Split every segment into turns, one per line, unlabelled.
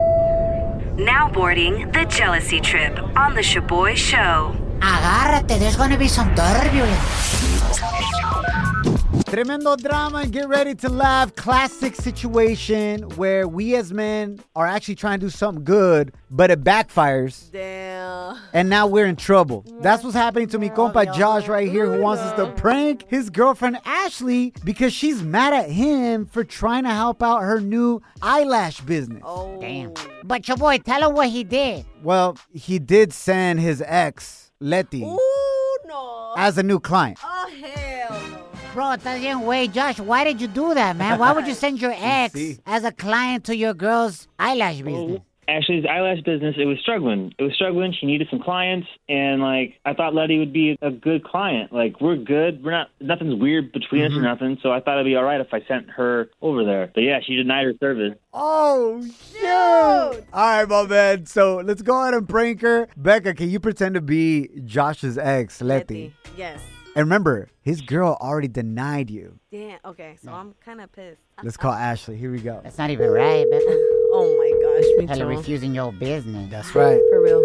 Now boarding the jealousy trip on the Shaboy Show.
Agárrate, there's gonna be some turbulence.
Tremendo drama and get ready to laugh. Classic situation where we as men are actually trying to do something good, but it backfires.
Damn.
and now we're in trouble. That's what's happening to me compa Josh right here who wants us to prank his girlfriend Ashley because she's mad at him for trying to help out her new eyelash business.
Oh.
Damn. But your boy, tell him what he did.
Well, he did send his ex, Letty,
Ooh, no.
as a new client.
Oh, hell no.
Bro, that's the way, Josh. Why did you do that, man? Why would you send your ex
see.
as a client to your girl's eyelash
Oh.
business?
Ashley's eyelash business, it was struggling. It was struggling. She needed some clients, and like I thought, Letty would be a good client. Like we're good. We're not. Nothing's weird between us or nothing. So I thought it'd be all right if I sent her over there. But yeah, she denied her service.
Oh, shoot! All right, my man. So let's go ahead and prank her. Becca, can you pretend to be Josh's ex, Letty?
Yes.
And remember, his girl already denied you.
Damn. Okay, so I'm kind of pissed.
Let's call Ashley. Here we go.
That's not even right, man.
Oh, my gosh. Me
Hella
too.
refusing your business.
That's right.
For real.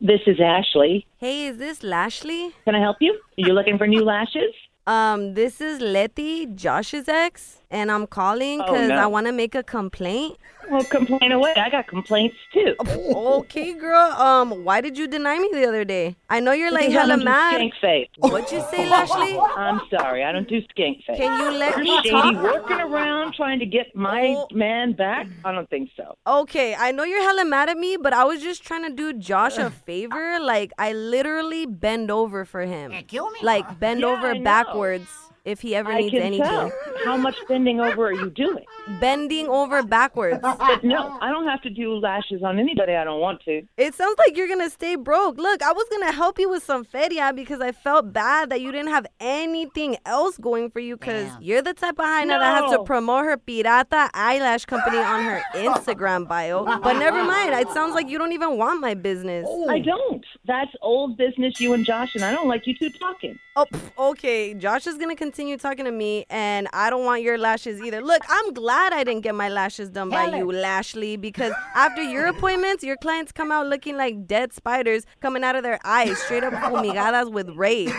This is Ashley.
Hey, is this Lashley?
Can I help you? You looking for new lashes?
Um, this is Letty, Josh's ex, and I'm calling
Oh,
because
no.
I want to make a complaint.
Well, complain away. I got complaints too.
okay, girl. Um, why did you deny me the other day? I know you're like
Because I
hella
don't do
mad.
Skank face.
What you say, Lashley?
I'm sorry. I don't do skank face.
Can you let
You're
me
shady
talk?
working around trying to get my
Oh.
man back? I don't think so.
Okay, I know you're hella mad at me, but I was just trying to do Josh a favor. Like, I literally bend over for him.
kill me.
Like, bend
Yeah, I
over
know.
backwards if he ever
I
needs
can
anything.
tell. How much bending over are you doing?
Bending over backwards.
But no, I don't have to do lashes on anybody I don't want to.
it sounds like you're gonna stay broke. Look, I was gonna help you with some feria because I felt bad that you didn't have anything else going for you because
Damn.
you're the type of hyena that has to
No.
promote her pirata eyelash company on her Instagram bio. But never mind, it sounds like you don't even want my business.
I don't. That's old business, you and Josh, and I don't like you two talking.
Oh, pff, okay. Josh is gonna continue talking to me, and I don't want your lashes either. Look, I'm glad I didn't get my lashes done by you, Lashley, because after your appointments, your clients come out looking like dead spiders coming out of their eyes, straight up fumigadas with rage.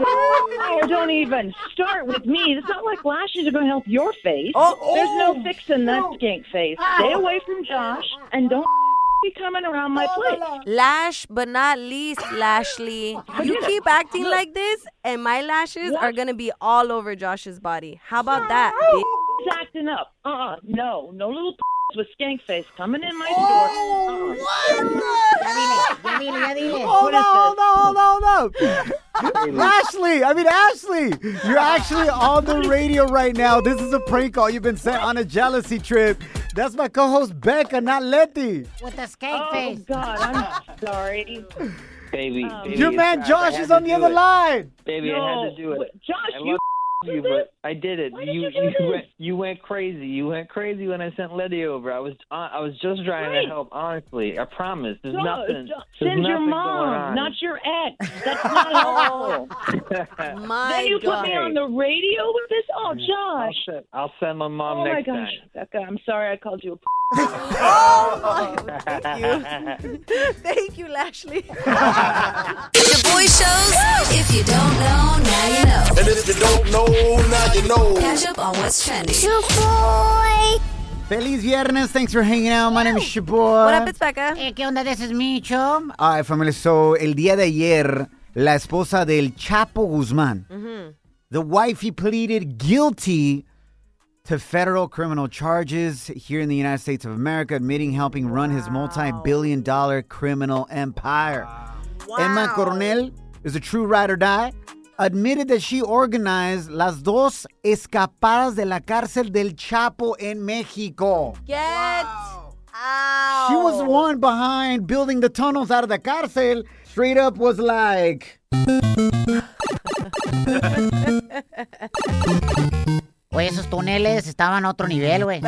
Oh, don't even start with me. It's not like lashes are going to help your face. There's no fixing that skink face. Stay away from Josh and don't be coming around my place.
Lash, but not least, Lashley. You keep acting like this, and my lashes are gonna be all over Josh's body. How about that, bitch?
He's acting up. Uh-uh. No, no little with skank face coming in my store. Uh-uh.
Ya dile, ya dile, ya dile.
Hold on, hold on, hold on, hold on. Ashley, I mean, Ashley, you're actually on the radio right now. This is a prank call. You've been sent on a jealousy trip. That's my co host, Becca, not Letty.
With the skate
Oh,
face.
God, I'm sorry.
Baby, baby
Your
it's
man
not- I
Josh
had
is
to
on the
do
other
it.
line.
Baby, I had to do
No,
it.
Josh,
I
you
love you, but I did it.
Why did you do
you,
this?
went, you went crazy. You went crazy when I sent Letty over. I was I I was just trying
Right.
to help. Honestly, I promise. There's
No,
nothing.
Jo-
there's
Send your
nothing going
mom,
on. Oh,
not your ex. That's not helpful.
My
Then you put
God.
me on the radio with this? Oh,
Mm, I'll
Josh.
send, I'll send my mom
Oh my
next
gosh, Becca, I'm sorry I called you a
time.
Thank you, Lashley.
Shaboy Shows. If you don't know, now you know.
And if you don't know, now you know.
Catch up on what's trending.
Feliz Viernes. Thanks for hanging out. My name is Shaboy.
What up, it's Becca.
Hey, ¿qué onda? This is Micho.
All right, family. So, el día de ayer, la esposa del Chapo Guzmán,
Mm-hmm.
the wife, he pleaded guilty to federal criminal charges here in the United States of America, admitting helping run his multi billion dollar criminal empire. Emma Coronel is a true ride or die. admitted that she organized las dos escapadas de la cárcel del Chapo in Mexico.
Get out.
She was the one behind building the tunnels out of the cárcel. Straight up was like,
Oye, esos túneles estaban a otro nivel, güey.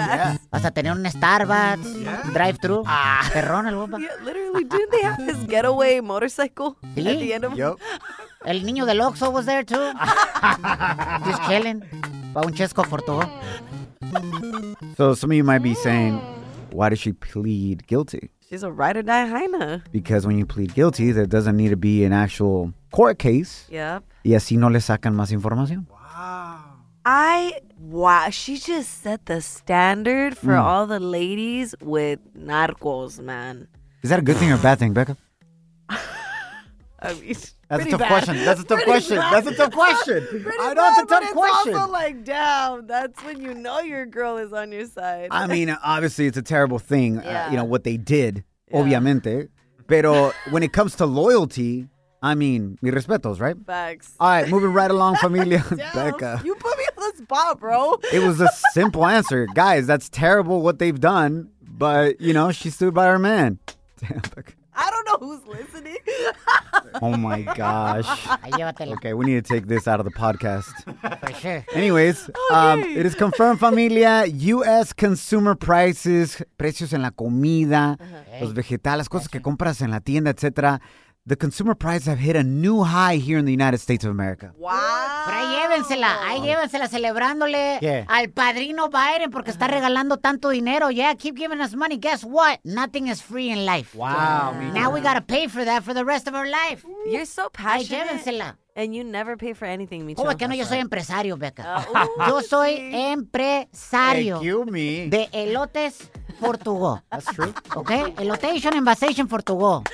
Hasta tener un Starbucks, drive-thru. Ah, perrón el bomba.
Yeah, literally, didn't they have this getaway motorcycle at the end of
yup.
El niño del Oxxo was there too. Just chilling. Pa' un chesco fortujo.
So some of you might be saying,
Mm.
why did she plead guilty?
She's a ride or die hyena.
Because when you plead guilty, there doesn't need to be an actual court case.
Yep.
Y así no le sacan más información.
I wow, she just set the standard for
Mm.
all the ladies with narcos, man.
Is that a good thing or a bad thing, Becca?
I mean,
That's
pretty
a tough
bad.
question. That's a tough
Pretty
question.
bad.
That's a tough question.
Pretty
I know it's a
bad, but
tough question.
also like, damn, that's when you know your girl is on your side.
I mean, obviously, it's a terrible thing. uh,
Yeah.
you know what they did, obviamente. Pero when it comes to loyalty, I mean, mi respetos, right?
Facts.
All right, moving right along, familia.
Damn,
Becca.
You put me on the spot, bro.
It was a simple answer, guys. That's terrible what they've done, but you know she stood by her man. Damn, Becca.
I don't know who's listening.
Oh my gosh.
Ahí llévatela.
Okay, we need to take this out of the podcast.
For sure.
Anyways, um, it is confirmed, familia. U.S. consumer prices, precios en la comida, los vegetales, cosas que compras en la tienda, etc. The consumer prices have hit a new high here in the United States of America.
wow.
Pero ahí llévensela, ahí llévensela celebrándole
Oh. ¿Qué?
al padrino Biden porque está regalando tanto dinero. Yeah, keep giving us money. Guess what? Nothing is free in life.
Wow,
Now we gotta pay for that for the rest of our life.
You're so
Ahí
passionate.
llévensela.
And you never pay for anything, Micho.
¿Cómo que no? Yo soy empresario,
pues.
Beca.
Ah, uh,
Yo soy
sí.
empresario
oh, you, me.
de elotes Portugal.
That's true.
¿Ok? Elotation and basation Portugal.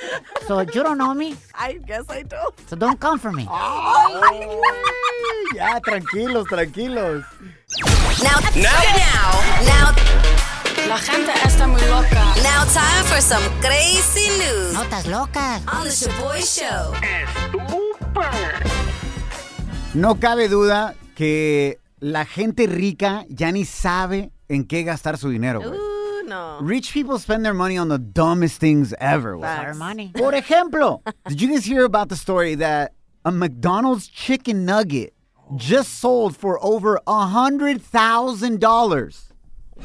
So you don't know me,
I guess I don't.
so don't come for me.
ya, tranquilos, tranquilos.
Now, now, now, now. Now, time for some crazy news
Notas locas.
on the Shaboy Show.
No cabe duda que la gente rica ya ni sabe en qué gastar su dinero, güey.
Ooh, no.
Rich people spend their money on the dumbest things ever. güey.
Our money.
Por ejemplo, did you guys hear about the story that a McDonald's chicken nugget just sold for over a hundred thousand dollars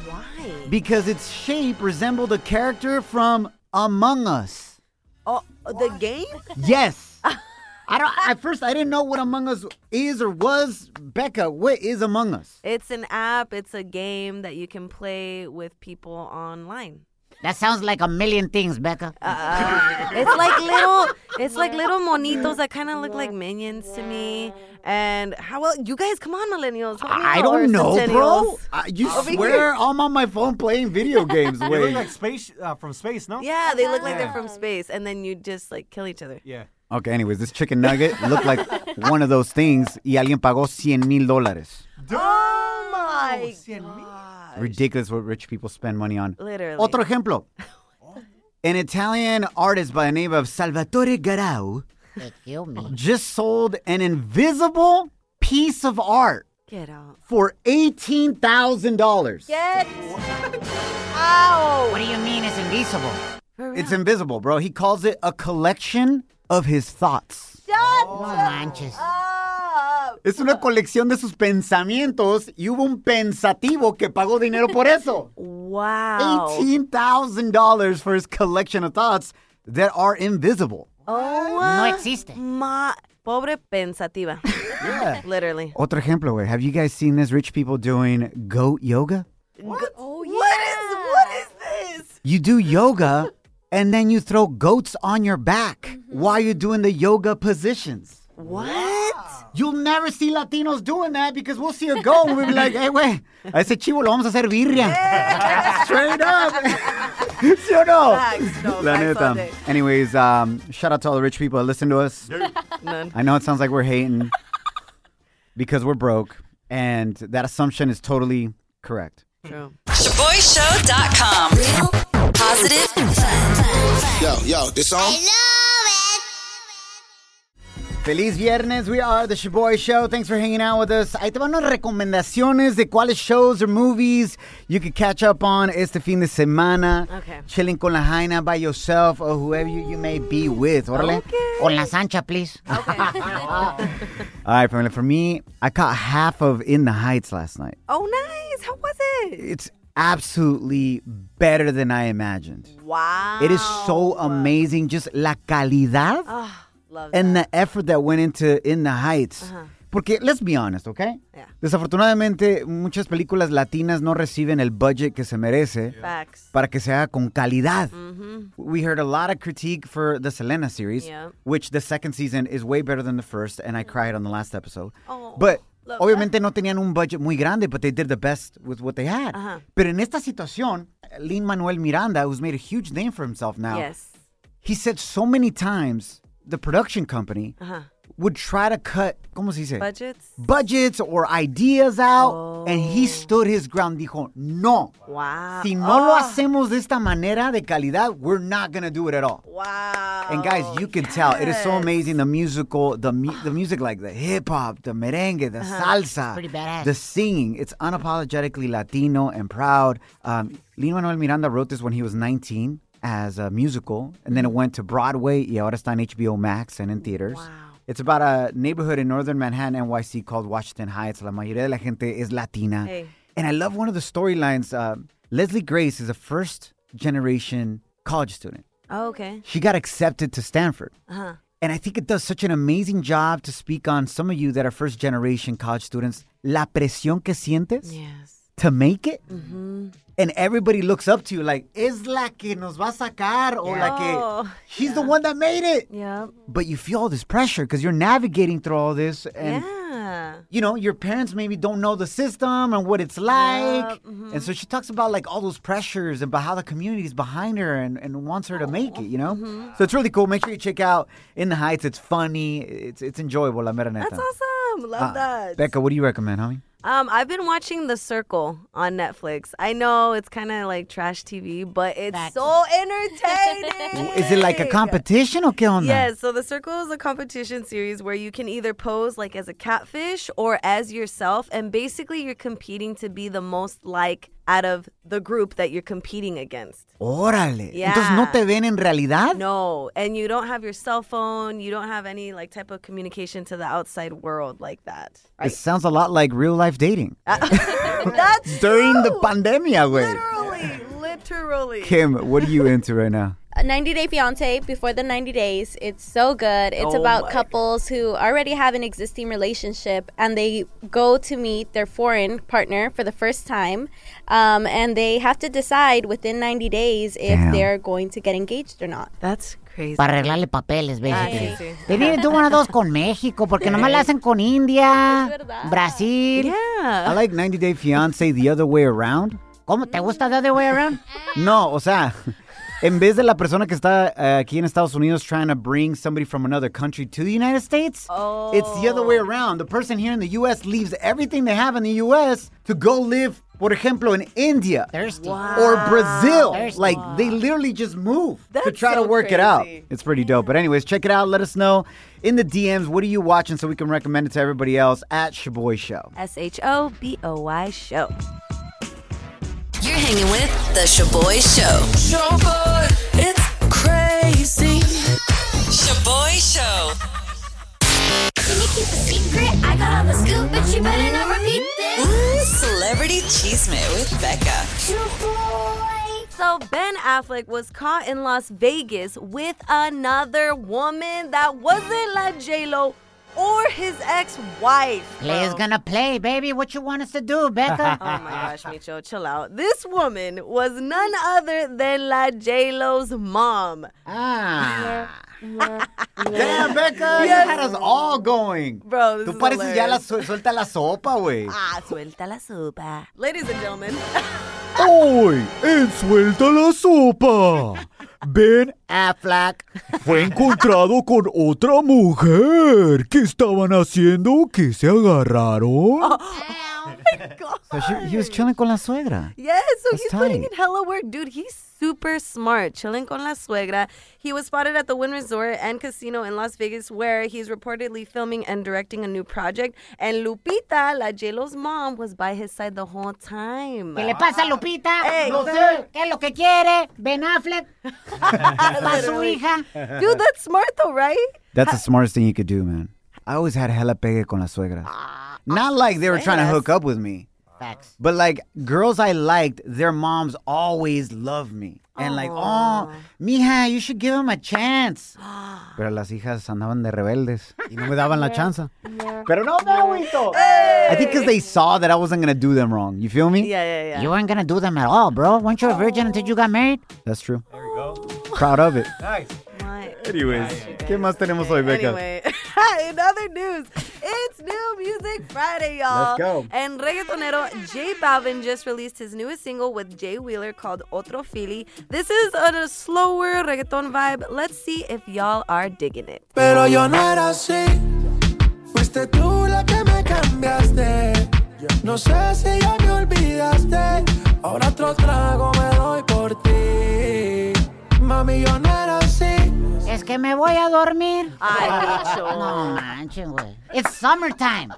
Why?
because its shape resembled a character from Among Us?
Oh, the game?
Yes. I don't. At first, I didn't know what Among Us is or was. Becca, what is Among Us?
It's an app. It's a game that you can play with people online.
That sounds like a million things, Becca.
Uh, It's like little, it's like little monitos that kind of look like minions to me. And how well you guys? Come on, millennials. help me
I
out, or
don't know, bro.
centennials.
I, you
be
swear I'm on my phone playing video games.
They look
Wait.
like space uh, from space, no?
Yeah, they look like they're from space, and then you just like kill each other.
Yeah.
Okay, anyways, this chicken nugget looked like one of those things y alguien pagó 100 mil dólares.
Oh my
Ridiculous what rich people spend money on.
Literally.
Otro ejemplo. An Italian artist by the name of Salvatore Garau
They kill me.
just sold an invisible piece of art
Get out.
for $18,000.
Get out. Oh.
What do you mean it's invisible?
It's invisible, bro. He calls it a collection of his thoughts.
Oh.
No manches.
Ah. Up.
Es una colección de sus pensamientos y hubo un pensativo que pagó dinero por eso.
Wow.
$18,000 for his collection of thoughts that are invisible.
No existe.
Ma, Oh pobre pensativa. Literally.
Otro ejemplo, güey. Have you guys seen this rich people doing goat yoga?
What? What is what is this?
You do yoga and then you throw goats on your back while you're doing the yoga positions.
What?
You'll never see Latinos doing that because we'll see a goat and we'll be like, hey, güey, a ese chivo lo vamos a hacer birria. Straight up. ¿Sí o no?
Facts, no,
La
facts all
neta.
day.
Anyways, um, shout out to all the rich people that listen to us.
None.
I know it sounds like we're hating because we're broke, and that assumption is totally correct.
True.
ShaboyShow.com. Real, positive, fun.
Yo, yo, this song?
Love it.
Feliz viernes. We are the Shaboy Show. Thanks for hanging out with us. Ahí te van unas recomendaciones de cuáles shows or movies you could catch up on este fin de semana.
Okay.
Chilling con la Jaina by yourself or whoever you, you may be with. Órale.
Con la Sancha, please.
All right, Pamela. For me, I caught half of In the Heights last night.
Oh, nice. How was it?
It's absolutely better than I imagined.
Wow.
It is so amazing. Just la calidad
Ah, love
and the effort that went into In the Heights.
Uh-huh.
Porque, let's be honest, okay? Desafortunadamente, muchas películas latinas no reciben el budget que se merece
Facts.
para que se haga con calidad.
Mm-hmm.
We heard a lot of critique for the Selena series,
Yeah. Mm-hmm.
which the second season is way better than the first, and I cried on the last episode.
Oh,
but
love
obviamente no tenían un budget muy grande, but they did the best with what they had.
Ajá.
Pero en esta situación, Lin Manuel Miranda, who's made a huge name for himself now,
Yes.
he said so many times the production company
Uh huh.
would try to cut, ¿cómo se dice?
Budgets.
Budgets or ideas out, and he stood his ground. Dijo, no.
Wow.
Si no
Ah.
lo hacemos de esta manera de calidad, we're not gonna do it at all.
Oh, Wow.
And guys, you can tell it is so amazing. The musical, the mu- the music, like the hip hop, the merengue, the salsa,
Pretty badass.
the singing. It's unapologetically Latino and proud. Um, Lin Manuel Miranda wrote this when he was 19 as a musical, and then it went to Broadway. Y ahora está en HBO Max and in theaters.
Wow.
It's about a neighborhood in northern Manhattan, NYC, called Washington Heights. La mayoría de la gente es Latina.
Hey.
And I love one of the storylines. Uh, Leslie Grace is a first generation college student.
Oh, okay.
She got accepted to Stanford.
Uh huh.
And I think it does such an amazing job to speak on some of you that are first generation college students, la presión que sientes
Yes.
to make it.
Mm-hmm.
And everybody looks up to you like, es la que nos va a sacar, or
Yeah.
like,
Oh,
she's the one that made it.
Yep.
But you feel all this pressure because you're navigating through all this. And,
yeah.
you know, your parents maybe don't know the system and what it's like.
mm-hmm.
And so she talks about like all those pressures and about how the community is behind her and, and wants her to make it, you know?
Mm-hmm.
So it's really cool. Make sure you check out In the Heights. It's funny. It's it's enjoyable. La mera neta.
That's awesome. Love
Uh,
that.
Becca, what do you recommend, homie?
Um, I've been watching The Circle on Netflix. I know it's kind of like trash TV, but it's
Facts.
so entertaining.
Is it like a competition or qué onda?
Yes, so the circle is a competition series where you can either pose like as a catfish or as yourself, and basically you're competing to be the most like out of the group that you're competing against.
Órale.
Yeah.
Entonces no te ven en realidad.
No, and you don't have your cell phone, you don't have any like type of communication to the outside world like that.
It
Right? Ah,
sounds a lot like real life dating.
That's
During the
true.
pandemia, güey.
literally, literally.
Kim, what are you into right now?
90 Day Fiance before the 90 days. It's so good. It's
Oh
about
my
couples who already have an existing relationship and they go to meet their foreign partner for the first time. Um, and they have to decide within 90 days if
Damn.
they're going to get engaged or not.
That's crazy.
Para arreglarle papeles,
Ay,
basically.
sí.
They need to do one of those con México, porque nomás la hacen con India,
Es verdad.
Brasil.
I
Yeah.
like 90 Day Fiance the other way around.
¿Cómo? ¿Te gusta The Other Way Around?
Mm.
No, o sea, en vez de la persona que está eh, aquí en Estados Unidos trying to bring somebody from another country to the United States, it's the other way around. The person here in the U.S. leaves everything they have in the U.S. to go live, por ejemplo, in India
Thirsty.
or Brazil.
There's-
Like, they literally just move to
Ah, That's
try
so
to work it out.
crazy.
It's pretty dope. But, anyways, check it out. Let us know in the DMs what are you watching so we can recommend it to everybody else at Shaboy Show.
S H O B O Y show.
You're hanging with the Shaboy Show. Shaboy, it's crazy. Shaboy Show. Can you keep a secret? I got all the scoop, but you better not repeat this. celebrity cheesemate with Becca. Shaboy.
So Ben Affleck was caught in Las Vegas with another woman that wasn't La J Lo or his ex-wife.
Play's
bro.
gonna play, baby. What you want us to do,
Oh
Becca?
my gosh, Micho, chill out. This woman was none other than La J Lo's mom.
Ah. Damn, Becca, you had us all going.
Bro, this
Tú
is
pareces ya la
hilarious.
su- suelta la sopa, güey.
Ah, suelta la sopa. Ladies and gentlemen,
Hoy en Suelta la Sopa, Ben
Ah, Affleck.
Fue encontrado con otra mujer. ¿Qué estaban haciendo? ¿Que se agarraron?
So she, he was chilling con la suegra.
Yes, so
That's
he's putting in
tight.
hella work. Dude, he's super smart. Chilling con la suegra. He was spotted at the Wynn Resort and Casino in Las Vegas, where he's reportedly filming and directing a new project. And Lupita, la JLo's mom, was by his side the whole time.
¿Qué le pasa a Lupita?
Ah. Ey.
no sé. ¿Qué es lo que quiere? Ben Affleck. Para su
Literally.
hija.
Dude, that's smart though, right?
That's the smartest thing you could do, man. I always had hella pegue con la suegra. Not like they were trying to
suegras.
hook up with me,
Facts.
but like girls I liked, their moms always loved me. And like, oh, mija, you should give him a chance. Pero las hijas andaban de rebeldes y no me daban la chance. Pero no me agüito. I think because they saw that I wasn't going to do them wrong. You feel me? "Oh,
Yeah, yeah, yeah.
You weren't gonna do them at all, bro. Weren't you a virgin until you got married?
That's true. There you go. Proud of it.
Nice.
My-
Anyways, ¿qué más tenemos hoy, Becca?
Anyway, in other news, it's New Music Friday, y'all.
Let's go.
And reggaetonero J Balvin just released his newest single with Jay Wheeler called Otro Fili. This is a slower reggaeton vibe. Let's see if y'all are digging it.
Pero yo no era así. Fuiste tú la que me cambiaste. No sé si ya me olvidaste. Ahora otro trago me doy por ti. Mami, yo no era así.
Es que me voy a dormir.
Ay, bicho.
No manches, güey. It's summertime.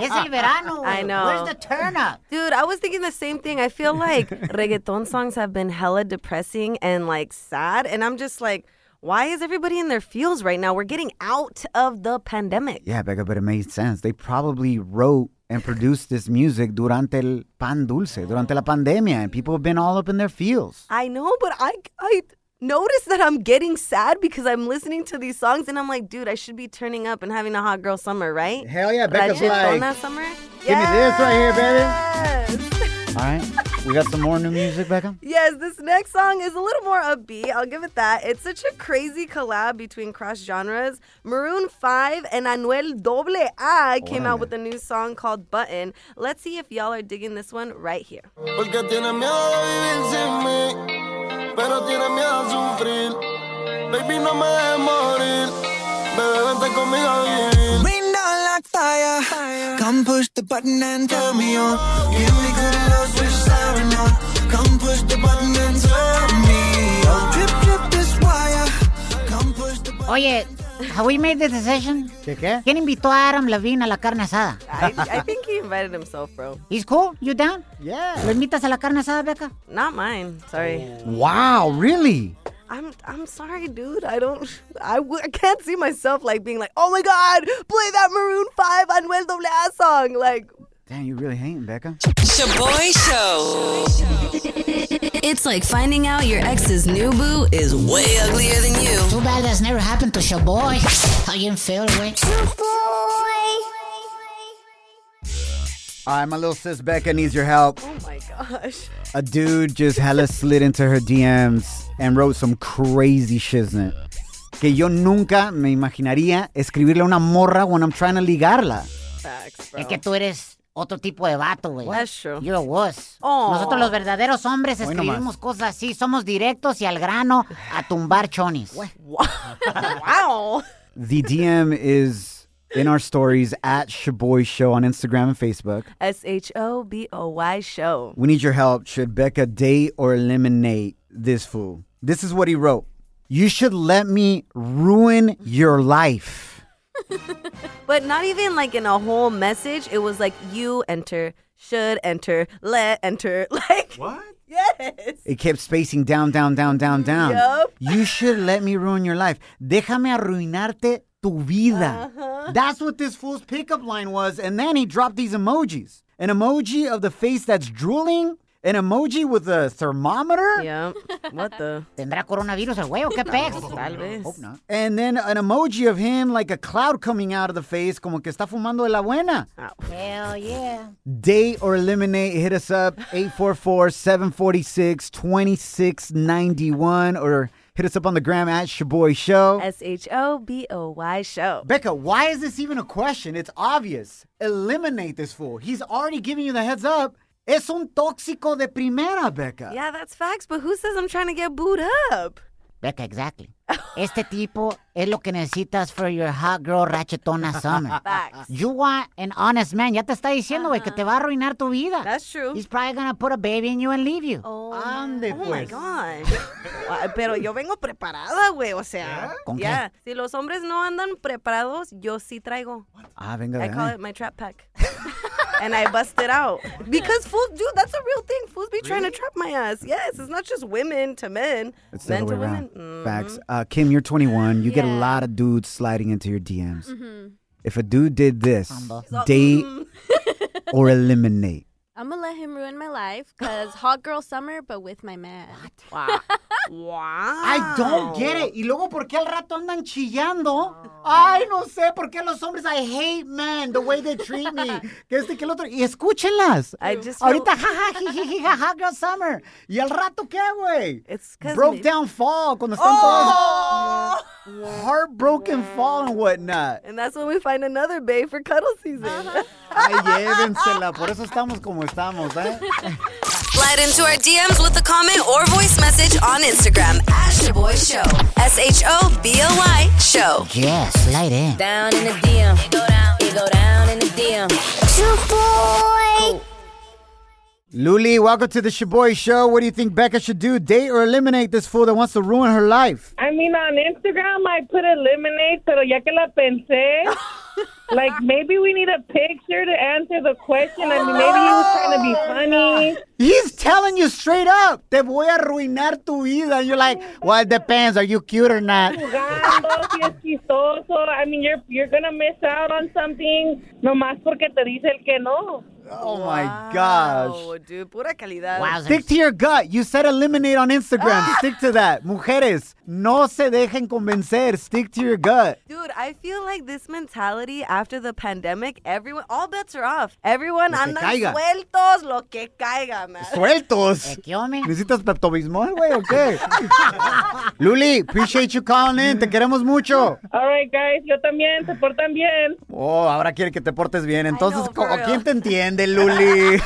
Es el verano, güey.
I know.
Where's the turn up?
Dude, I was thinking the same thing. I feel like reggaeton songs have been hella depressing and like sad. And I'm just like, why is everybody in their feels right now? We're getting out of the pandemic.
Yeah, Becca, but it made sense. They probably wrote and produced this music durante el pan dulce, durante la pandemia, and people have been all up in their feels.
I know, but I I notice that I'm getting sad because I'm listening to these songs and I'm like, dude, I should be turning up and having a hot girl summer, right?
Hell yeah,
That
Becca's
Reggaeton
like,
summer.
give me this right here, baby.
Yes.
All right, we got some more new music, Becca.
Yes, this next song is a little more upbeat. I'll give it that. It's such a crazy collab between cross genres. Maroon 5 and Anuel AA came out
Órale.
with a new song called Button. Let's see if y'all are digging this one right here.
Porque tiene miedo de vivir sin mí, pero tiene miedo a sufrir. Baby, no me dejes morir, bebé, vente conmigo a vivir. Rain down like fire, come push the button and turn me on. Give me good love, switch siren on. Come push the button and turn me on. Drip, drip this wire, come push the button.
Oye, have we made the decision?
¿Qué qué?
¿Quién invitó a Adam Levine a la carne asada?
I, I think he invited himself, bro.
He's cool? You down?
Yeah.
¿Lo invitas a la carne asada, Beca?
Not mine. Sorry.
Wow, really?
I'm I'm sorry, dude. I don't. I, w- I can't see myself like being like, oh my god, play that Maroon Five Anuel AA song. Like,
Damn, you really hating, Becca.
Shaboy Show. It's like finding out your ex's new boo is way uglier than you.
Too bad that's never happened to your boy. How you feel, güey?
All right, my little sis Becca needs your help.
oh my gosh.
A dude just hella slid into her DMs and wrote some crazy shiznit. Que yo nunca me imaginaría escribirle a una morra when I'm trying to ligarla.
Facts, bro.
Es que tú eres otro tipo de vato, güey.
That's true.
You're a wuss.
Aw.
Nosotros los verdaderos hombres
Hoy
escribimos
nomás.
cosas así. Somos directos y al grano a tumbar chonis.
Wow.
The DM is in our stories at Shaboy Show on Instagram and Facebook.
S H O B O Y show.
We need your help. Should Becca date or eliminate this fool? This is what he wrote. You should let me ruin your life.
But not even like in a whole message. It was like you enter, should enter, let enter. Like what? Yes.
It kept spacing down, down, down, down, down.
Yup.
You should let me ruin your life. Déjame arruinarte tu vida. That's what this fool's pickup line was. And then he dropped these emojis an emoji of the face that's drooling, an emoji with a thermometer.
Yep. What the?
¿Tendrá coronavirus el güey o qué pex?
pues, Tal vez. Hope not.
And then an emoji of him like a cloud coming out of the face, como que está fumando de la buena.
Hell yeah.
Date or eliminate, hit us up 844 746 2691 or hit us up on the gram at Shaboy Show.
S H O B O Y show.
Becca, why is this even a question? It's obvious. Eliminate this fool. He's already giving you the heads up. Es un tóxico de primera, Becca.
Yeah, that's facts. But who says I'm trying to get booed up?
Beca, exactly. Este tipo es lo que necesitas for your hot girl ratchetona summer. You want an honest man. Ya te está diciendo, güey, que te va a arruinar tu vida.
That's true.
He's probably gonna put a baby in you and leave you.
Oh,
Ande,
oh my
pues.
gosh. Ah, Pero yo vengo preparada, güey. O sea,
¿Con qué?
ya. Si los hombres no andan preparados, yo sí traigo.
Ah, venga,
I
de
call
ahí.
it my trap pack. and I bust it out. Because fools, dude, that's a real thing. Fools be trying to trap my ass. Yes, it's not just women to men.
It's the
men
other way
to
around.
women. Mm.
Facts. Uh, Kim, you're 21. You get a lot of dudes sliding into your DMs.
Mm-hmm.
If a dude did this, date
Mm-hmm.
or eliminate.
I'm gonna let him ruin my life because hot girl summer, but with my man.
Wow.
wow.
I don't get it. Y luego, ¿por qué al rato andan chillando? Ay, no sé, ¿por qué los hombres, I hate men, the way they treat me? Que este, que el otro. Y escúchenlas.
I just
Ahorita, jaja, jiji, jaja, girl summer. ¿Y al rato qué, güey?
It's 'cause
Broke
me-
down fall, cuando están
Oh!
todos heartbroken fall and whatnot.
And that's when we find another babe for cuddle season.
Ay, llévensela, por eso estamos como estamos, ¿eh?
Slide into our DMs with a comment or voice message on Instagram at Shaboy Show. S H O B O Y Show.
Yes, slide in.
Down in the DM. You go down. You go down in the DM. Shaboy.
Luli, welcome to the Shaboy Show. What do you think Becca should do? Date or eliminate this fool that wants to ruin her life?
I mean, on Instagram, I put eliminate, pero ya que la pensé, like maybe we need a picture to answer the question. I mean, maybe he was trying to be funny.
He's telling you straight up, te voy a arruinar tu vida. And you're like,
Oh
well, it depends. Are you cute or not?
Jugando, si es chistoso. I mean, you're you're gonna miss out on something nomás porque te dice el que no.
Oh my gosh.
Oh, dude, pura calidad.
Stick to your gut. You said eliminate on Instagram. Stick to that. Mujeres, no se dejen convencer. Stick to your gut.
Dude, I feel like this mentality after the pandemic, everyone, all bets are off. Everyone
Lo que
andan
caiga.
sueltos, lo que caiga, man.
Sueltos.
Eh, ¿Qué hombre?
¿Necesitas Pepto-Bismol, güey, o qué? Luli, appreciate you calling in. Te queremos mucho.
All right, guys, yo también, se portan bien.
Oh, ahora quiere que te portes bien. Entonces,
know, for
¿co-
real.
¿quién te entiende, Luli?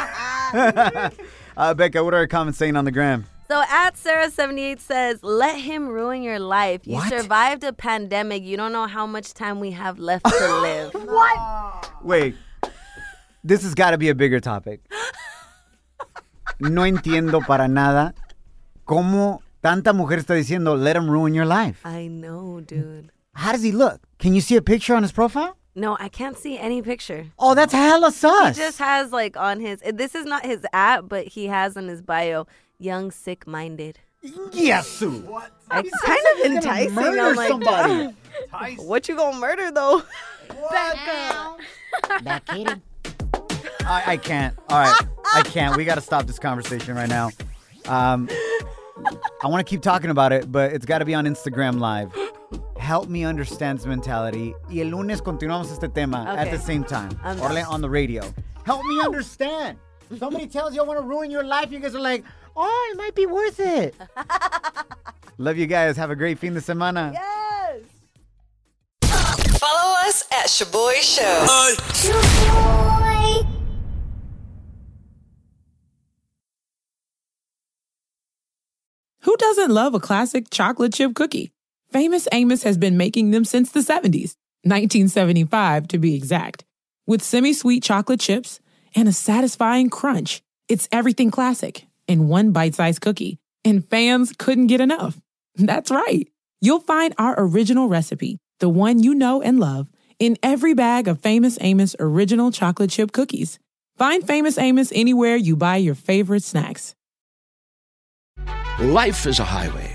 uh, Becca, what are your comments saying on the gram?
So at Sarah78 says, let him ruin your life. You survived a pandemic. You don't know how much time we have left to live. what?
Wait, this has got to be a bigger topic. No entiendo para nada cómo tanta mujer está diciendo, let him ruin your life.
I know, dude.
How does he look? Can you see a picture on his profile?
No, I can't see any picture.
Oh, that's hella sus.
He just has like on his, this is not his app, but he has in his bio, young, sick minded.
Yesu. What?
It's
He's
kind
like
of
he's gonna
enticing.
murder
I'm like,
somebody.
"Dog, what you gonna murder though? Becca.
I, I can't. All right. I can't. We got to stop this conversation right now. Um, I want to keep talking about it, but it's got to be on Instagram Live. Help me understand's mentality. Y el lunes continuamos este tema at
Okay.
the same time.
I'm
Or
down.
on the radio. Help me understand. Somebody tells you I want to ruin your life. You guys are like, oh, it might be worth it. Love you guys. Have a great fin de semana.
Yes.
Follow us at Shaboy Show.
Ay.
Shaboy.
Who doesn't love a classic chocolate chip cookie? Famous Amos has been making them since the 70s, 1975 to be exact, with semi sweet chocolate chips and a satisfying crunch. It's everything classic in one bite sized cookie, and fans couldn't get enough. That's right. You'll find our original recipe, the one you know and love, in every bag of Famous Amos original chocolate chip cookies. Find Famous Amos anywhere you buy your favorite snacks.
Life is a highway,